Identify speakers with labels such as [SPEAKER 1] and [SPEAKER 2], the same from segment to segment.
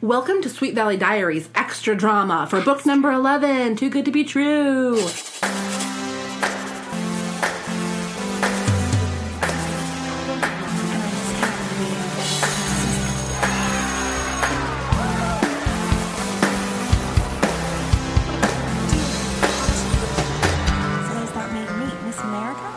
[SPEAKER 1] Welcome to Sweet Valley Diaries Extra Drama for book number 11 Too Good to Be True.
[SPEAKER 2] So does that make me Miss America?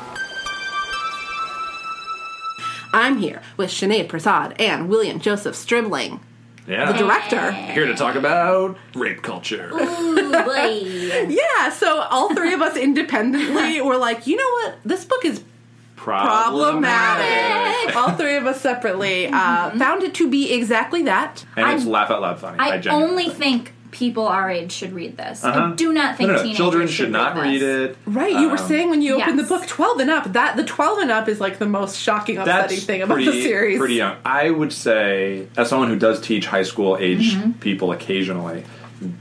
[SPEAKER 1] I'm here with Sinead Prasad and William Joseph Stribling,
[SPEAKER 3] Yeah.
[SPEAKER 1] the director.
[SPEAKER 3] Here to talk about rape culture.
[SPEAKER 4] boy.
[SPEAKER 1] Yeah, so all three of us independently were like, you know what? This book is problematic. all three of us separately uh, found it to be exactly that.
[SPEAKER 3] And it's
[SPEAKER 4] I-
[SPEAKER 3] laugh out loud funny. I,
[SPEAKER 4] I
[SPEAKER 3] genuinely
[SPEAKER 4] only think people our age should read this.
[SPEAKER 3] Uh-huh.
[SPEAKER 4] I do not think
[SPEAKER 3] no, no, no.
[SPEAKER 4] teenagers
[SPEAKER 3] children should
[SPEAKER 4] read
[SPEAKER 3] not
[SPEAKER 4] this.
[SPEAKER 3] read it.
[SPEAKER 1] Right, you were
[SPEAKER 3] Um,
[SPEAKER 1] saying when you opened
[SPEAKER 4] yes.
[SPEAKER 1] the book 12 and up, that the 12 and up is like the most shocking
[SPEAKER 3] That's
[SPEAKER 1] upsetting thing about
[SPEAKER 3] pretty,
[SPEAKER 1] the series.
[SPEAKER 3] Pretty um, young. I would say, as someone who does teach high school age
[SPEAKER 1] Mm-hmm.
[SPEAKER 3] people occasionally, th-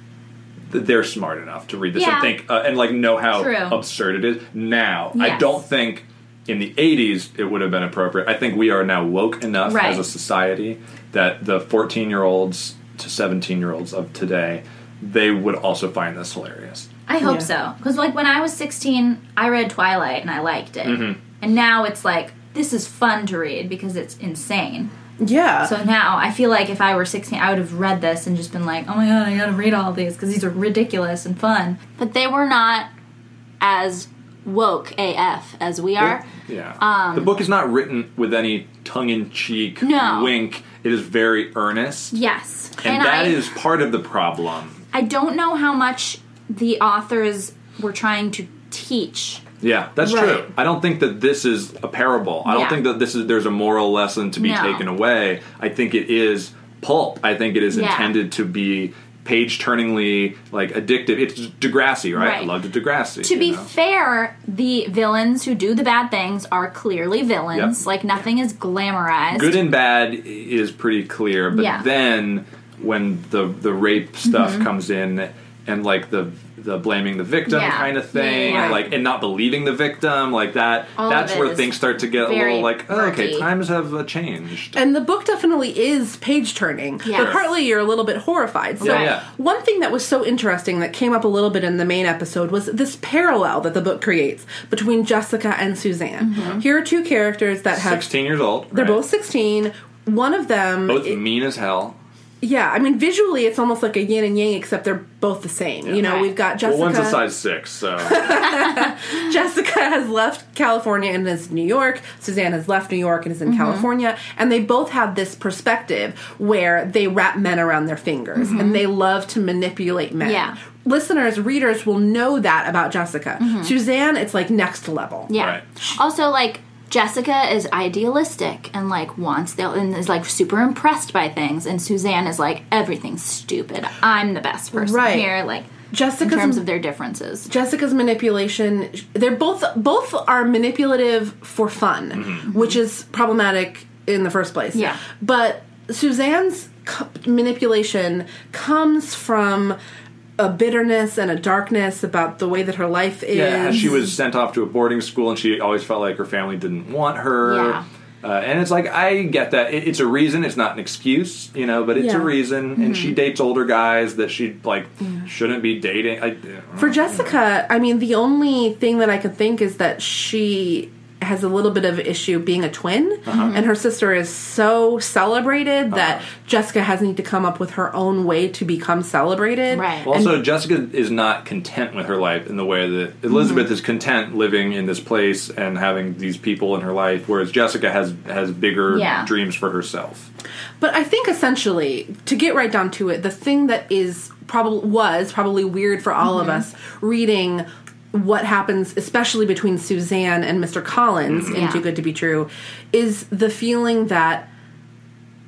[SPEAKER 3] they're smart enough to read this and
[SPEAKER 4] Yeah.
[SPEAKER 3] think uh, and like know how
[SPEAKER 4] True.
[SPEAKER 3] absurd it is. Now, I
[SPEAKER 4] Yes.
[SPEAKER 3] don't think in the '80s it would have been appropriate. I think we are now woke enough
[SPEAKER 4] Right.
[SPEAKER 3] as a society that the 14 year olds to 17 year olds of today they would also find this hilarious.
[SPEAKER 4] I hope
[SPEAKER 1] Yeah.
[SPEAKER 4] so. Because like when I was 16, I read Twilight and I liked it.
[SPEAKER 3] Mm-hmm.
[SPEAKER 4] And now it's like this is fun to read because it's insane.
[SPEAKER 1] Yeah.
[SPEAKER 4] So now I feel like if I were 16, I would have read this and just been like, "Oh my god, I got to read all these because these are ridiculous and fun."
[SPEAKER 5] but they were not as woke AF as we are.
[SPEAKER 3] Yeah.
[SPEAKER 4] Um,
[SPEAKER 3] the book is not written with any tongue in cheek
[SPEAKER 5] No.
[SPEAKER 3] wink. It is very earnest.
[SPEAKER 4] Yes.
[SPEAKER 3] And, that
[SPEAKER 4] I,
[SPEAKER 3] is part of the problem.
[SPEAKER 4] I don't know how much the authors were trying to teach
[SPEAKER 3] Yeah, that's
[SPEAKER 1] Right.
[SPEAKER 3] true. I don't think that this is a parable. I don't
[SPEAKER 4] Yeah.
[SPEAKER 3] think that this is there's a moral lesson to be
[SPEAKER 4] No.
[SPEAKER 3] taken away. I think it is pulp. I think it is
[SPEAKER 4] Yeah.
[SPEAKER 3] intended to be page turningly like addictive. It's Degrassi, right? I
[SPEAKER 4] Right.
[SPEAKER 3] loved Degrassi.
[SPEAKER 4] To
[SPEAKER 3] you
[SPEAKER 4] be
[SPEAKER 3] know?
[SPEAKER 4] fair, the villains who do the bad things are clearly villains.
[SPEAKER 3] Yep.
[SPEAKER 4] Like nothing is glamorized.
[SPEAKER 3] good and bad is pretty clear but
[SPEAKER 4] Yeah. Mm-hmm.
[SPEAKER 3] then when the the rape stuff comes in and like the the blaming the victim
[SPEAKER 4] Yeah.
[SPEAKER 3] kind of thing
[SPEAKER 4] Yeah.
[SPEAKER 3] and like and not believing the victim like that
[SPEAKER 4] All
[SPEAKER 3] that's
[SPEAKER 4] of it
[SPEAKER 3] where
[SPEAKER 4] is
[SPEAKER 3] things start to get a
[SPEAKER 4] very
[SPEAKER 3] little like oh, okay
[SPEAKER 4] murky.
[SPEAKER 3] times have uh, changed
[SPEAKER 1] And the book definitely is page turning, but
[SPEAKER 4] Yes.
[SPEAKER 1] partly you're a little bit horrified. So,
[SPEAKER 3] Yeah, yeah.
[SPEAKER 1] one thing that was so interesting that came up a little bit in the main episode was this parallel that the book creates between Jessica and Suzanne. Here are two characters that have
[SPEAKER 3] 16 years old
[SPEAKER 1] they're
[SPEAKER 3] right?
[SPEAKER 1] both 16. One of them,
[SPEAKER 3] both
[SPEAKER 1] it-
[SPEAKER 3] mean as hell
[SPEAKER 1] yeah, I mean visually it's almost like a yin and yang, except they're both the same. You know,
[SPEAKER 4] Right.
[SPEAKER 1] we've got
[SPEAKER 3] well
[SPEAKER 1] Jessica.
[SPEAKER 3] one's a size six so
[SPEAKER 1] Jessica has left California and is in New York. Suzanne has left New York and is in
[SPEAKER 5] Mm-hmm.
[SPEAKER 1] California. And they both have this perspective where they wrap men around their fingers
[SPEAKER 5] Mm-hmm.
[SPEAKER 1] and they love to manipulate men.
[SPEAKER 4] Yeah.
[SPEAKER 1] Listeners, readers will know that about Jessica. Suzanne, it's like next level.
[SPEAKER 5] Mm-hmm. Yeah.
[SPEAKER 3] Right.
[SPEAKER 5] Also, like Jessica is idealistic and like wants the, and is like super impressed by things, and Suzanne is like everything's stupid. I'm the best person
[SPEAKER 1] Right.
[SPEAKER 5] here. Like in
[SPEAKER 1] Jessica's
[SPEAKER 5] terms of their differences.
[SPEAKER 1] Jessica's manipulation. They're both both are manipulative for fun,
[SPEAKER 3] Mm-hmm.
[SPEAKER 1] which is problematic in the first place.
[SPEAKER 5] Yeah.
[SPEAKER 1] but Suzanne's co- manipulation comes from a bitterness and a darkness about the way that her life is.
[SPEAKER 3] Yeah, she was sent off to a boarding school, and she always felt like her family didn't want her.
[SPEAKER 5] Yeah.
[SPEAKER 3] Uh, and it's like I get that it, it's a reason, it's not an excuse, you know, but it's
[SPEAKER 1] Yeah.
[SPEAKER 3] a reason. And she dates older guys that she like shouldn't be dating. I,
[SPEAKER 1] For Jessica, I mean, the only thing that I could think is that she has a little bit of issue being a twin,
[SPEAKER 3] Uh-huh.
[SPEAKER 1] and her sister is so celebrated that Jessica has need to come up with her own way to become celebrated.
[SPEAKER 5] Right. Well,
[SPEAKER 3] also, Jessica is not content with her life in the way that Elizabeth is content living in this place and having these people in her life, whereas Jessica has has bigger
[SPEAKER 4] Yeah.
[SPEAKER 3] dreams for herself.
[SPEAKER 1] But I think essentially, to get right down to it, the thing that is probably was probably weird for all
[SPEAKER 5] Mm-hmm.
[SPEAKER 1] of us reading what happens, especially between Suzanne and Mr. Collins in
[SPEAKER 5] Yeah.
[SPEAKER 1] Too Good to Be True, is the feeling that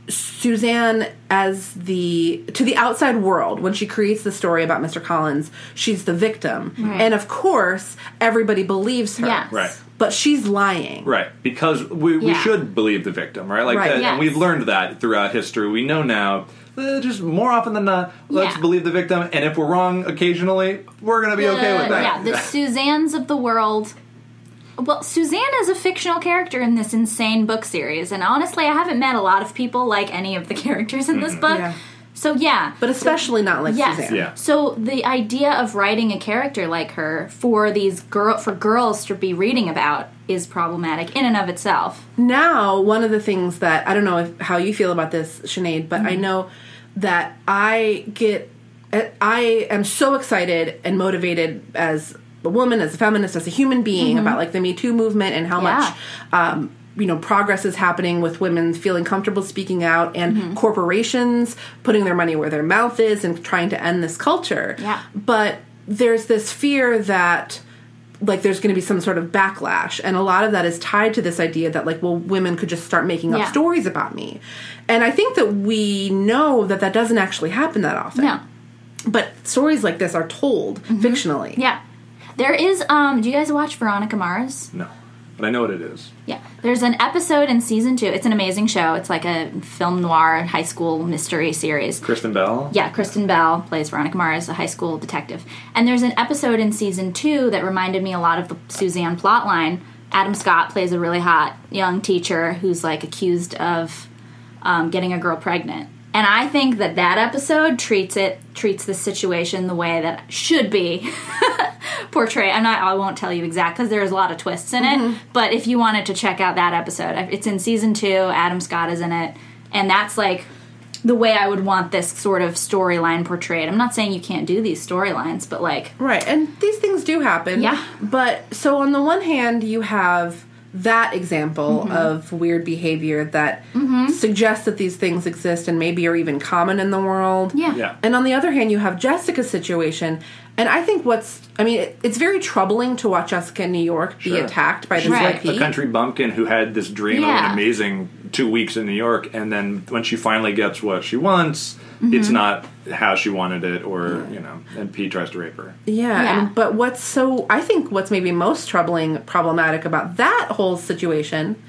[SPEAKER 1] Suzanne, as the to the outside world, when she creates the story about Mr. Collins, she's the victim, and of course, everybody believes her.
[SPEAKER 5] Yes.
[SPEAKER 3] Right.
[SPEAKER 1] But she's lying.
[SPEAKER 3] Right, because we, we
[SPEAKER 5] Yeah.
[SPEAKER 3] should believe the victim, right? Like,
[SPEAKER 1] Right.
[SPEAKER 3] that,
[SPEAKER 5] Yes.
[SPEAKER 3] and we've learned that throughout history. We know now, eh, just more often than not, let's
[SPEAKER 5] Yeah.
[SPEAKER 3] believe the victim, and if we're wrong occasionally, we're gonna be okay with
[SPEAKER 5] Uh, yeah,
[SPEAKER 3] that.
[SPEAKER 5] the Suzannes of the world. Well, Suzanne is a fictional character in this insane book series, and honestly, I haven't met a lot of people like any of the characters in this book.
[SPEAKER 1] Yeah.
[SPEAKER 5] So yeah,
[SPEAKER 1] but especially not like
[SPEAKER 5] Yes.
[SPEAKER 1] Suzanne.
[SPEAKER 3] Yeah.
[SPEAKER 5] So the idea of writing a character like her for these girl for girls to be reading about is problematic in and of itself.
[SPEAKER 1] now one of the things that I don't know if, how you feel about this, Sinead, but I
[SPEAKER 5] Mm-hmm.
[SPEAKER 1] know that I get eh, I am so excited and motivated as a woman, as a feminist, as a human being about like the Me Too movement and how
[SPEAKER 5] Mm-hmm. Yeah.
[SPEAKER 1] much um, you know progress is happening with women feeling comfortable speaking out and
[SPEAKER 5] Mm-hmm.
[SPEAKER 1] corporations putting their money where their mouth is and trying to end this culture.
[SPEAKER 5] Yeah.
[SPEAKER 1] But there's this fear that like there's going to be some sort of backlash and a lot of that is tied to this idea that like well women could just start making up
[SPEAKER 5] Yeah.
[SPEAKER 1] stories about me and i think that we know that that doesn't actually happen that often
[SPEAKER 5] No. Mm-hmm.
[SPEAKER 1] but stories like this are told fictionally
[SPEAKER 5] Yeah. There is um do you guys watch Veronica Mars?
[SPEAKER 3] No, but I know what it is.
[SPEAKER 5] Yeah. There's an episode in season 2. It's an amazing show. It's like a film noir high school mystery series.
[SPEAKER 3] Kristen Bell.
[SPEAKER 5] Yeah, Kristen Bell plays Veronica Mars, a high school detective. And there's an episode in season two that reminded me a lot of the Suzanne plotline. Adam Scott plays a really hot young teacher who's like accused of um, getting a girl pregnant. And I think that that episode treats it treats the situation the way that it should be portrayed. I'm not. I won't tell you exact because there's a lot of twists in it. But if you wanted to check out that episode, it's in season two. Adam Scott is in it, and that's like the way I would want this sort of storyline portrayed. I'm not saying you can't do these storylines, but like,
[SPEAKER 1] Right, and these things do happen.
[SPEAKER 5] Yeah.
[SPEAKER 1] But so on the one hand, you have that example
[SPEAKER 5] Mm-hmm.
[SPEAKER 1] of weird behavior that suggests that these things exist and maybe are even common in the world.
[SPEAKER 5] Yeah.
[SPEAKER 3] Yeah.
[SPEAKER 1] And on the other hand, you have Jessica's situation. And I think what's, I mean, it, it's very troubling to watch Jessica in New York be
[SPEAKER 3] Sure.
[SPEAKER 1] attacked by this
[SPEAKER 3] She's like
[SPEAKER 1] hippie.
[SPEAKER 3] a country bumpkin who had this dream of
[SPEAKER 5] Yeah.
[SPEAKER 3] an amazing two weeks in New York, and then when she finally gets what she wants,
[SPEAKER 5] Mm-hmm.
[SPEAKER 3] it's not how she wanted it, or you know, and P tries to rape her.
[SPEAKER 1] Yeah,
[SPEAKER 5] Yeah.
[SPEAKER 1] And, but what's so I think what's maybe most troubling problematic about that whole situation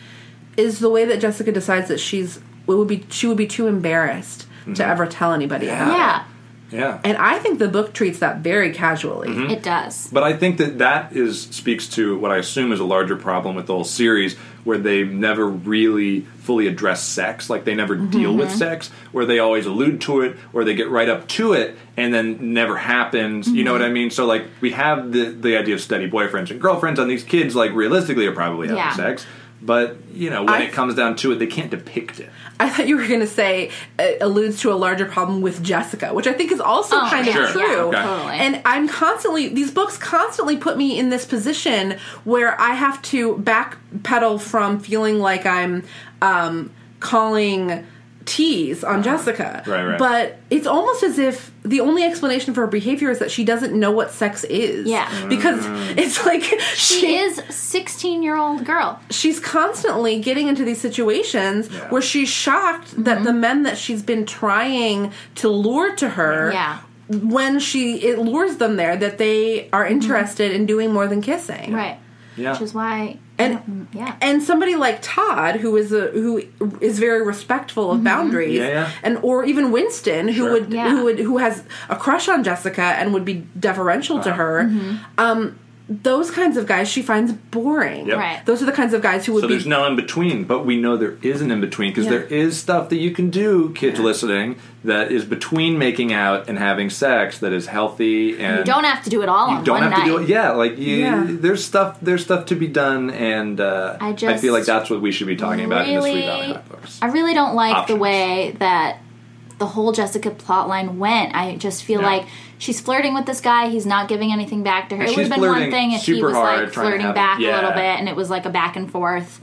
[SPEAKER 1] is the way that Jessica decides that she's it would be she would be too embarrassed to ever tell anybody about it.
[SPEAKER 5] yeah,
[SPEAKER 3] Yeah,
[SPEAKER 1] And I think the book treats that very casually.
[SPEAKER 5] it does.
[SPEAKER 3] But I think that that is speaks to what I assume is a larger problem with the whole series, where they never really fully address sex, like they never
[SPEAKER 5] Mm-hmm,
[SPEAKER 3] deal with sex, where they always allude to it, or they get right up to it and then never happens. You
[SPEAKER 5] Mm-hmm.
[SPEAKER 3] know what I mean? So like we have the the idea of steady boyfriends and girlfriends, and these kids like realistically are probably having
[SPEAKER 5] Yeah.
[SPEAKER 3] sex, but you know when
[SPEAKER 1] I-
[SPEAKER 3] it comes down to it, they can't depict it.
[SPEAKER 1] I thought you were going to say it alludes to a larger problem with Jessica, which I think is also
[SPEAKER 5] Oh,
[SPEAKER 1] kind
[SPEAKER 3] Sure.
[SPEAKER 1] of true.
[SPEAKER 3] Okay.
[SPEAKER 5] Totally.
[SPEAKER 1] And I'm constantly these books constantly put me in this position where I have to backpedal from feeling like I'm um, calling tease on Jessica.
[SPEAKER 3] Uh-huh. Right, right.
[SPEAKER 1] But it's almost as if the only explanation for her behavior is that she doesn't know what sex is.
[SPEAKER 5] Yeah.
[SPEAKER 1] Because
[SPEAKER 3] Mm.
[SPEAKER 1] it's like
[SPEAKER 5] She is a 16 year old girl.
[SPEAKER 1] she's constantly getting into these situations
[SPEAKER 3] Yeah.
[SPEAKER 1] where she's shocked
[SPEAKER 5] Mm-hmm.
[SPEAKER 1] that the men that she's been trying to lure to her
[SPEAKER 5] Yeah.
[SPEAKER 1] when she it lures them there that they are interested in doing more than kissing
[SPEAKER 5] Mm-hmm. Right.
[SPEAKER 3] Yeah.
[SPEAKER 5] Which is why.
[SPEAKER 1] and
[SPEAKER 5] Yeah.
[SPEAKER 1] and somebody like Todd, who is a who is very respectful of boundaries,
[SPEAKER 3] Yeah, yeah.
[SPEAKER 1] and or even Winston, who
[SPEAKER 3] Sure.
[SPEAKER 1] would
[SPEAKER 5] Mm-hmm. Yeah.
[SPEAKER 1] who would who has a crush on Jessica and would be deferential to her,
[SPEAKER 5] Mm-hmm.
[SPEAKER 1] um, those kinds of guys she finds boring.
[SPEAKER 3] Yep.
[SPEAKER 5] Right.
[SPEAKER 1] Those are the kinds of guys who would
[SPEAKER 3] So
[SPEAKER 1] be
[SPEAKER 3] there's no in between, but we know there is an in between because
[SPEAKER 1] Yeah.
[SPEAKER 3] there is stuff that you can do, kids listening, that is between making out and having sex that is healthy and
[SPEAKER 5] you don't have to do it all
[SPEAKER 3] you
[SPEAKER 5] on
[SPEAKER 3] don't
[SPEAKER 5] one
[SPEAKER 3] have to
[SPEAKER 5] night.
[SPEAKER 3] do it. Yeah, like you,
[SPEAKER 1] Yeah.
[SPEAKER 3] there's stuff there's stuff to be done, and uh,
[SPEAKER 5] I
[SPEAKER 3] feel like
[SPEAKER 5] just
[SPEAKER 3] that's what we should be talking about in the Sweet
[SPEAKER 5] really-
[SPEAKER 3] Valley Hot Books.
[SPEAKER 5] I really don't like
[SPEAKER 3] Options.
[SPEAKER 5] the way that the whole Jessica plotline went. I just feel
[SPEAKER 3] Yeah.
[SPEAKER 5] like she's flirting with this guy. He's not giving anything back to her.
[SPEAKER 3] And
[SPEAKER 5] it would
[SPEAKER 3] she's
[SPEAKER 5] have been one
[SPEAKER 3] flirting
[SPEAKER 5] thing if he
[SPEAKER 3] super
[SPEAKER 5] was
[SPEAKER 3] hard,
[SPEAKER 5] like
[SPEAKER 3] trying to
[SPEAKER 5] flirting
[SPEAKER 3] have
[SPEAKER 5] back
[SPEAKER 3] it-
[SPEAKER 5] a little
[SPEAKER 3] yeah.
[SPEAKER 5] bit and it was like a back and forth.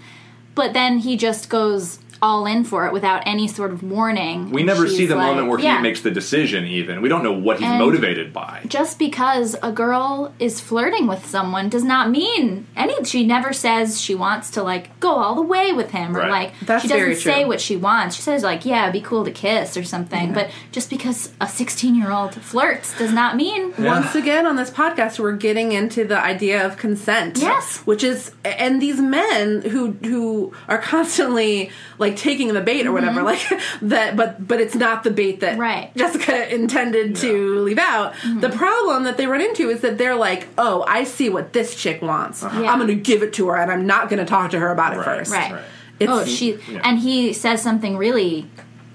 [SPEAKER 5] But then he just goes all in for it without any sort of warning.
[SPEAKER 3] We
[SPEAKER 5] and
[SPEAKER 3] never
[SPEAKER 5] she's
[SPEAKER 3] see the
[SPEAKER 5] like-
[SPEAKER 3] moment where
[SPEAKER 5] Yeah.
[SPEAKER 3] he makes the decision. Even we don't know what he's
[SPEAKER 5] And-
[SPEAKER 3] motivated by.
[SPEAKER 5] Just because a girl is flirting with someone does not mean any. She never says she wants to like go all the way with him, or
[SPEAKER 3] Right.
[SPEAKER 5] like
[SPEAKER 1] That's
[SPEAKER 5] she doesn't
[SPEAKER 1] very
[SPEAKER 5] say
[SPEAKER 1] true.
[SPEAKER 5] what she wants. She says like, "Yeah, it'd be cool to kiss" or something. But just because a sixteen-year-old flirts does not mean
[SPEAKER 1] Once again on this podcast, we're getting into the idea of consent.
[SPEAKER 5] Yes.
[SPEAKER 1] which is and these men who who are constantly like taking the bait or whatever, like that. But but it's not the bait that
[SPEAKER 5] Mm-hmm. Right. Mm-hmm.
[SPEAKER 1] Jessica intended to leave out. The problem that they run into is that they're like, oh, I see what this chick wants.
[SPEAKER 5] Uh-huh. Yeah.
[SPEAKER 1] I'm going to give it to her, and I'm not going to talk to her about it
[SPEAKER 3] Right.
[SPEAKER 1] first.
[SPEAKER 5] right.
[SPEAKER 1] It's-
[SPEAKER 5] oh, she
[SPEAKER 3] yeah.
[SPEAKER 5] and he says something really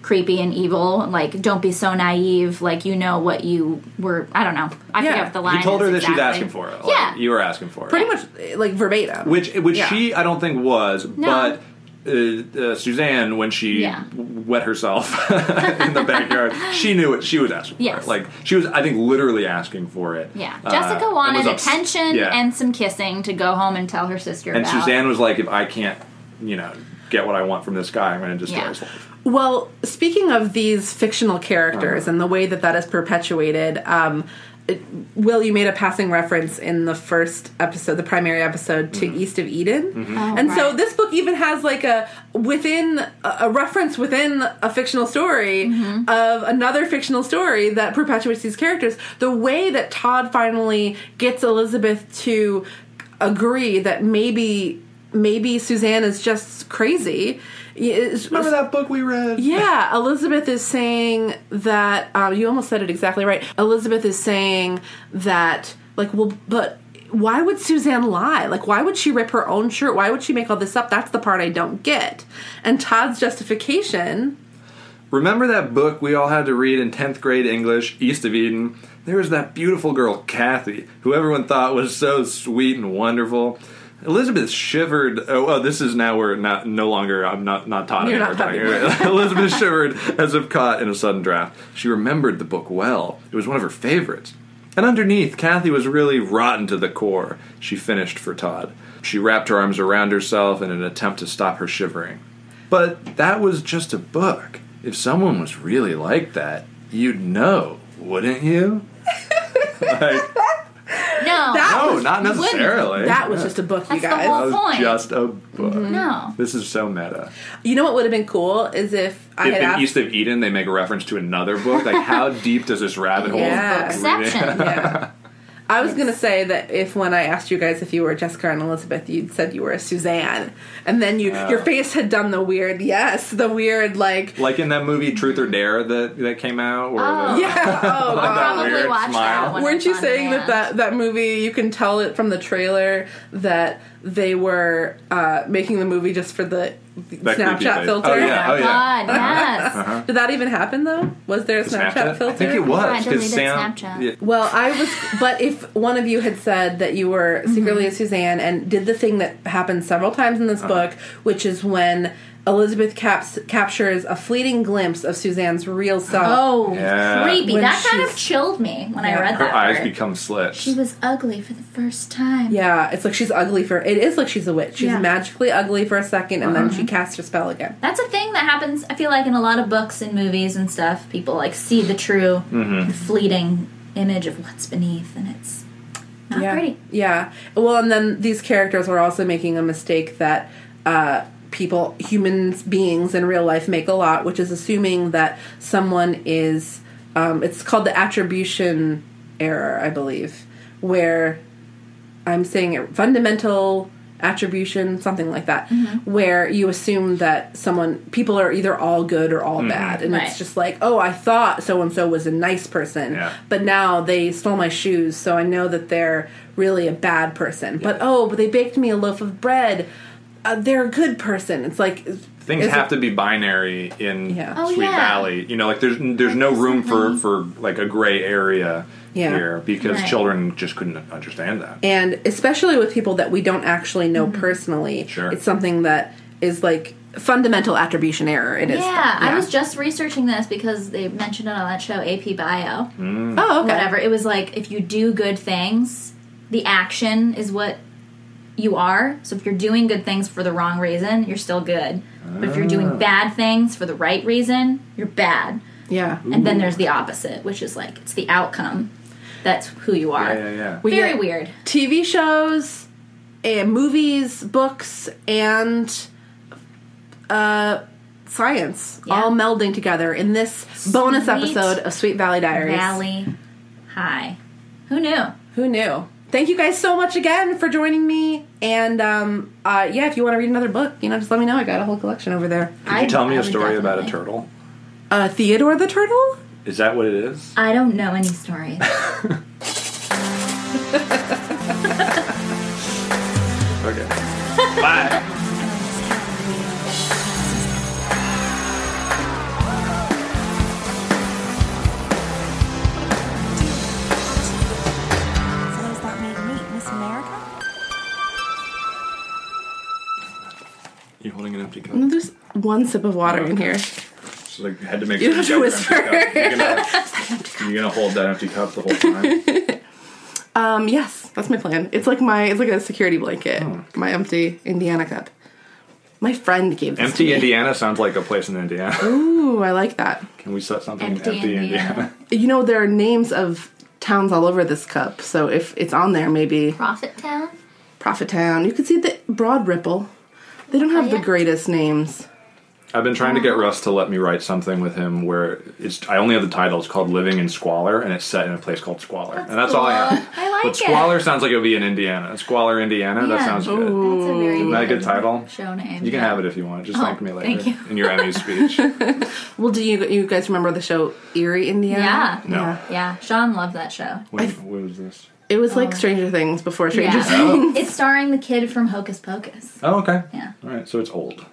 [SPEAKER 5] creepy and evil. Like, don't be so naive. Like, you know what you were. I don't know. I
[SPEAKER 1] Yeah.
[SPEAKER 5] forget what the line.
[SPEAKER 3] He told her
[SPEAKER 5] is
[SPEAKER 3] that
[SPEAKER 5] exactly.
[SPEAKER 3] she's asking for it. Like,
[SPEAKER 5] yeah,
[SPEAKER 3] you were asking for it.
[SPEAKER 1] pretty much like verbatim.
[SPEAKER 3] which which
[SPEAKER 1] Yeah.
[SPEAKER 3] she I don't think was,
[SPEAKER 5] No.
[SPEAKER 3] but uh, uh, Suzanne when she
[SPEAKER 5] Yeah.
[SPEAKER 3] wet herself in the backyard, she knew what she was asking for.
[SPEAKER 5] Yes.
[SPEAKER 3] It. Like she was, I think, literally asking for it.
[SPEAKER 5] Yeah,
[SPEAKER 3] Uh,
[SPEAKER 5] Jessica
[SPEAKER 3] and
[SPEAKER 5] wanted
[SPEAKER 3] was ups-
[SPEAKER 5] attention
[SPEAKER 3] yeah.
[SPEAKER 5] and some kissing to go home and tell her sister.
[SPEAKER 3] and
[SPEAKER 5] about.
[SPEAKER 3] Suzanne was like, if I can't, you know, get what I want from this guy, I'm going to destroy
[SPEAKER 5] Yeah.
[SPEAKER 3] his life.
[SPEAKER 1] Well, speaking of these fictional characters and the way that that is perpetuated, um, it- Will, you made a passing reference in the first episode, the primary episode,
[SPEAKER 3] Mm-hmm.
[SPEAKER 1] to East of Eden. and so
[SPEAKER 5] right.
[SPEAKER 1] this book even has like a within a a reference within a fictional story of another fictional story that perpetuates these characters. The way that Todd finally gets Elizabeth to agree that maybe maybe Suzanne is just crazy. is-
[SPEAKER 3] Remember that book we read?
[SPEAKER 1] yeah, Elizabeth is saying that. Um, you almost said it exactly right. Elizabeth is saying that, like, well, but why would Suzanne lie? Like, why would she rip her own shirt? Why would she make all this up? That's the part I don't get. And Todd's justification.
[SPEAKER 3] Remember that book we all had to read in 10th grade English, East of Eden? There was that beautiful girl, Kathy, who everyone thought was so sweet and wonderful. Elizabeth shivered. Oh, oh this is now we're not no longer. I'm not not Todd
[SPEAKER 1] You're
[SPEAKER 3] anymore,
[SPEAKER 1] not Todd
[SPEAKER 3] talking- Elizabeth shivered as if caught in a sudden draft. She remembered the book well. It was one of her favorites. And underneath, Kathy was really rotten to the core. She finished for Todd. She wrapped her arms around herself in an attempt to stop her shivering. But that was just a book. If someone was really like that, you'd know, wouldn't you? like,
[SPEAKER 5] no,
[SPEAKER 1] That
[SPEAKER 3] no,
[SPEAKER 1] was,
[SPEAKER 3] not
[SPEAKER 5] wouldn't.
[SPEAKER 3] necessarily.
[SPEAKER 1] that was just a book, you
[SPEAKER 5] That's the
[SPEAKER 1] guys.
[SPEAKER 5] whole
[SPEAKER 3] That was
[SPEAKER 5] point. Mm-hmm.
[SPEAKER 3] just a book.
[SPEAKER 5] no.
[SPEAKER 3] This is so meta.
[SPEAKER 1] you know what would have been cool is if I
[SPEAKER 3] If
[SPEAKER 1] had
[SPEAKER 3] in
[SPEAKER 1] asked.
[SPEAKER 3] East of Eden they make a reference to another book, like how deep does this rabbit hole?
[SPEAKER 1] Yeah.
[SPEAKER 3] of
[SPEAKER 5] Exception.
[SPEAKER 1] yeah. I was gonna say that if when I asked you guys if you were Jessica and Elizabeth, you'd said you were a Suzanne, and then you your face had done the weird yes, the weird like
[SPEAKER 3] Like in that movie Truth or Dare that that came out, where
[SPEAKER 5] Oh.
[SPEAKER 3] the,
[SPEAKER 1] yeah oh god.
[SPEAKER 5] Probably
[SPEAKER 3] weird
[SPEAKER 5] watch
[SPEAKER 3] smile.
[SPEAKER 5] that one.
[SPEAKER 1] Weren't you
[SPEAKER 5] on
[SPEAKER 1] saying that,
[SPEAKER 5] demand.
[SPEAKER 1] that that movie? You can tell it from the trailer that they were uh, making the movie just for the
[SPEAKER 3] that creepy
[SPEAKER 1] Snapchat
[SPEAKER 3] face.
[SPEAKER 1] filter.
[SPEAKER 3] Oh yeah, oh yeah.
[SPEAKER 5] God, yes.
[SPEAKER 1] Did that even happen though? Was there a Snapchat, filter?
[SPEAKER 3] I think it was
[SPEAKER 5] I
[SPEAKER 3] because
[SPEAKER 5] deleted
[SPEAKER 3] Sam.
[SPEAKER 5] Snapchat.
[SPEAKER 3] yeah.
[SPEAKER 1] Well, I was, but if one of you had said that you were secretly a Suzanne and did the thing that happens several times in
[SPEAKER 3] Uh-huh.
[SPEAKER 1] this book, which is when Elizabeth caps, captures a fleeting glimpse of Suzanne's real self.
[SPEAKER 5] Oh,
[SPEAKER 3] Yeah.
[SPEAKER 5] creepy.
[SPEAKER 1] When
[SPEAKER 5] that kind
[SPEAKER 1] she's-
[SPEAKER 5] of chilled me when
[SPEAKER 1] Yeah.
[SPEAKER 5] I read
[SPEAKER 3] Her
[SPEAKER 5] that.
[SPEAKER 3] eyes
[SPEAKER 5] part.
[SPEAKER 3] become slits.
[SPEAKER 4] She was ugly for the first time.
[SPEAKER 1] Yeah, it's like she's ugly for. It is like she's a witch. She's
[SPEAKER 4] Yeah.
[SPEAKER 1] magically ugly for a second, and then she casts her spell again.
[SPEAKER 5] That's a
[SPEAKER 4] thing that happens i feel like in a lot of books and movies and stuff people like see the true
[SPEAKER 3] Mm-hmm.
[SPEAKER 4] the fleeting image of what's beneath and it's not
[SPEAKER 1] yeah.
[SPEAKER 4] pretty
[SPEAKER 1] Yeah. Well, and then these characters were also making a mistake that uh, people, humans, beings in real life make a lot, which is assuming that someone is. Um, it's called the attribution error, I believe, where I'm saying it, fundamental attribution, something like that,
[SPEAKER 4] Mm-hmm.
[SPEAKER 1] where you assume that someone, people are either all good or all bad. And
[SPEAKER 4] Right.
[SPEAKER 1] it's just like, oh, I thought so and so was a nice person,
[SPEAKER 3] Yeah.
[SPEAKER 1] but now they stole my shoes, so I know that they're really a bad person. But oh, but they baked me a loaf of bread. Uh, they're a good person. It's like
[SPEAKER 3] things
[SPEAKER 1] is
[SPEAKER 3] have
[SPEAKER 1] it-
[SPEAKER 3] to be binary in
[SPEAKER 1] Yeah. Oh,
[SPEAKER 3] Sweet
[SPEAKER 4] yeah.
[SPEAKER 3] Valley. You know, like there's there's no room for for like a gray area
[SPEAKER 1] Yeah.
[SPEAKER 3] here because
[SPEAKER 4] Right.
[SPEAKER 3] children just couldn't understand that.
[SPEAKER 1] and especially with people that we don't actually know
[SPEAKER 4] Mm-hmm.
[SPEAKER 1] personally,
[SPEAKER 3] Sure.
[SPEAKER 1] it's something that is like fundamental attribution error. It is.
[SPEAKER 4] yeah, I was just researching this because they mentioned it on that show AP Bio.
[SPEAKER 3] Mm.
[SPEAKER 1] Oh, okay.
[SPEAKER 4] Whatever. It was like if you do good things, the action is what you are. So if you're doing good things for the wrong reason, you're still good. But if you're
[SPEAKER 3] Ah.
[SPEAKER 4] doing bad things for the right reason, you're bad.
[SPEAKER 1] Yeah.
[SPEAKER 4] And then there's the opposite, which is like it's the outcome. That's who you are.
[SPEAKER 3] Yeah, yeah, yeah.
[SPEAKER 1] We
[SPEAKER 4] Very
[SPEAKER 1] get
[SPEAKER 4] weird.
[SPEAKER 1] TV shows, and movies, books, and uh, science
[SPEAKER 4] Yeah.
[SPEAKER 1] all melding together in this bonus
[SPEAKER 4] Sweet
[SPEAKER 1] episode of Sweet Valley Diaries.
[SPEAKER 4] Valley High. Who knew?
[SPEAKER 1] Who knew? Thank you guys so much again for joining me. And um, uh, yeah, if you want to read another book, you know, just let me know. I got a whole collection over there.
[SPEAKER 3] Could you tell me
[SPEAKER 4] a
[SPEAKER 3] a story about a turtle?
[SPEAKER 1] Uh, Theodore the Turtle?
[SPEAKER 3] Is that what it is?
[SPEAKER 4] I don't know any stories.
[SPEAKER 3] Okay. Bye.
[SPEAKER 2] Miss Halloween.
[SPEAKER 1] Mm. one sip of water in here.
[SPEAKER 3] So they had to make
[SPEAKER 1] You
[SPEAKER 3] sure
[SPEAKER 1] have to
[SPEAKER 3] got your
[SPEAKER 1] whisper.
[SPEAKER 3] empty cup. You're gonna, you're gonna hold that empty cup the whole time.
[SPEAKER 1] Um, yes, that's my plan. It's like my it's like a security blanket.
[SPEAKER 3] Oh.
[SPEAKER 1] My empty Indiana cup. My friend gave this
[SPEAKER 3] empty
[SPEAKER 1] to me.
[SPEAKER 3] Indiana sounds like a place in Indiana.
[SPEAKER 1] Ooh, I like that.
[SPEAKER 3] Can we set something
[SPEAKER 4] Empty
[SPEAKER 3] in empty Indiana?
[SPEAKER 4] Indiana.
[SPEAKER 1] You know there are names of towns all over this cup, so if it's on there, maybe
[SPEAKER 5] Profit Town?
[SPEAKER 1] Prophet Town. You can see the Broad Ripple. They don't have the
[SPEAKER 5] Oh, yeah.
[SPEAKER 1] greatest names.
[SPEAKER 3] I've been trying to get Russ to let me write something with him where it's. I only have the title. It's called Living in Squalor, and it's set in a place called Squalor, and that's all I have.
[SPEAKER 4] I like
[SPEAKER 3] But
[SPEAKER 4] it.
[SPEAKER 3] Squalor sounds like it would be in Indiana. Squalor, Indiana. That
[SPEAKER 4] Yeah.
[SPEAKER 3] sounds good.
[SPEAKER 4] That's a very
[SPEAKER 3] Isn't that a good
[SPEAKER 4] good
[SPEAKER 3] title?
[SPEAKER 4] Show name.
[SPEAKER 3] You can
[SPEAKER 4] yeah. Oh,
[SPEAKER 3] have it if you want. Just thank me later
[SPEAKER 4] thank you.
[SPEAKER 3] in your Emmy speech.
[SPEAKER 1] Well, do you you guys remember the show Erie, Indiana?
[SPEAKER 4] Yeah.
[SPEAKER 3] No.
[SPEAKER 1] Yeah.
[SPEAKER 4] Yeah. Sean loved that show.
[SPEAKER 3] When, when was this?
[SPEAKER 1] It was
[SPEAKER 5] Oh.
[SPEAKER 1] like Stranger Things before Stranger
[SPEAKER 4] Yeah.
[SPEAKER 1] Things.
[SPEAKER 4] it's starring the kid from Hocus Pocus.
[SPEAKER 3] Oh, okay.
[SPEAKER 4] Yeah.
[SPEAKER 3] All right, so it's old.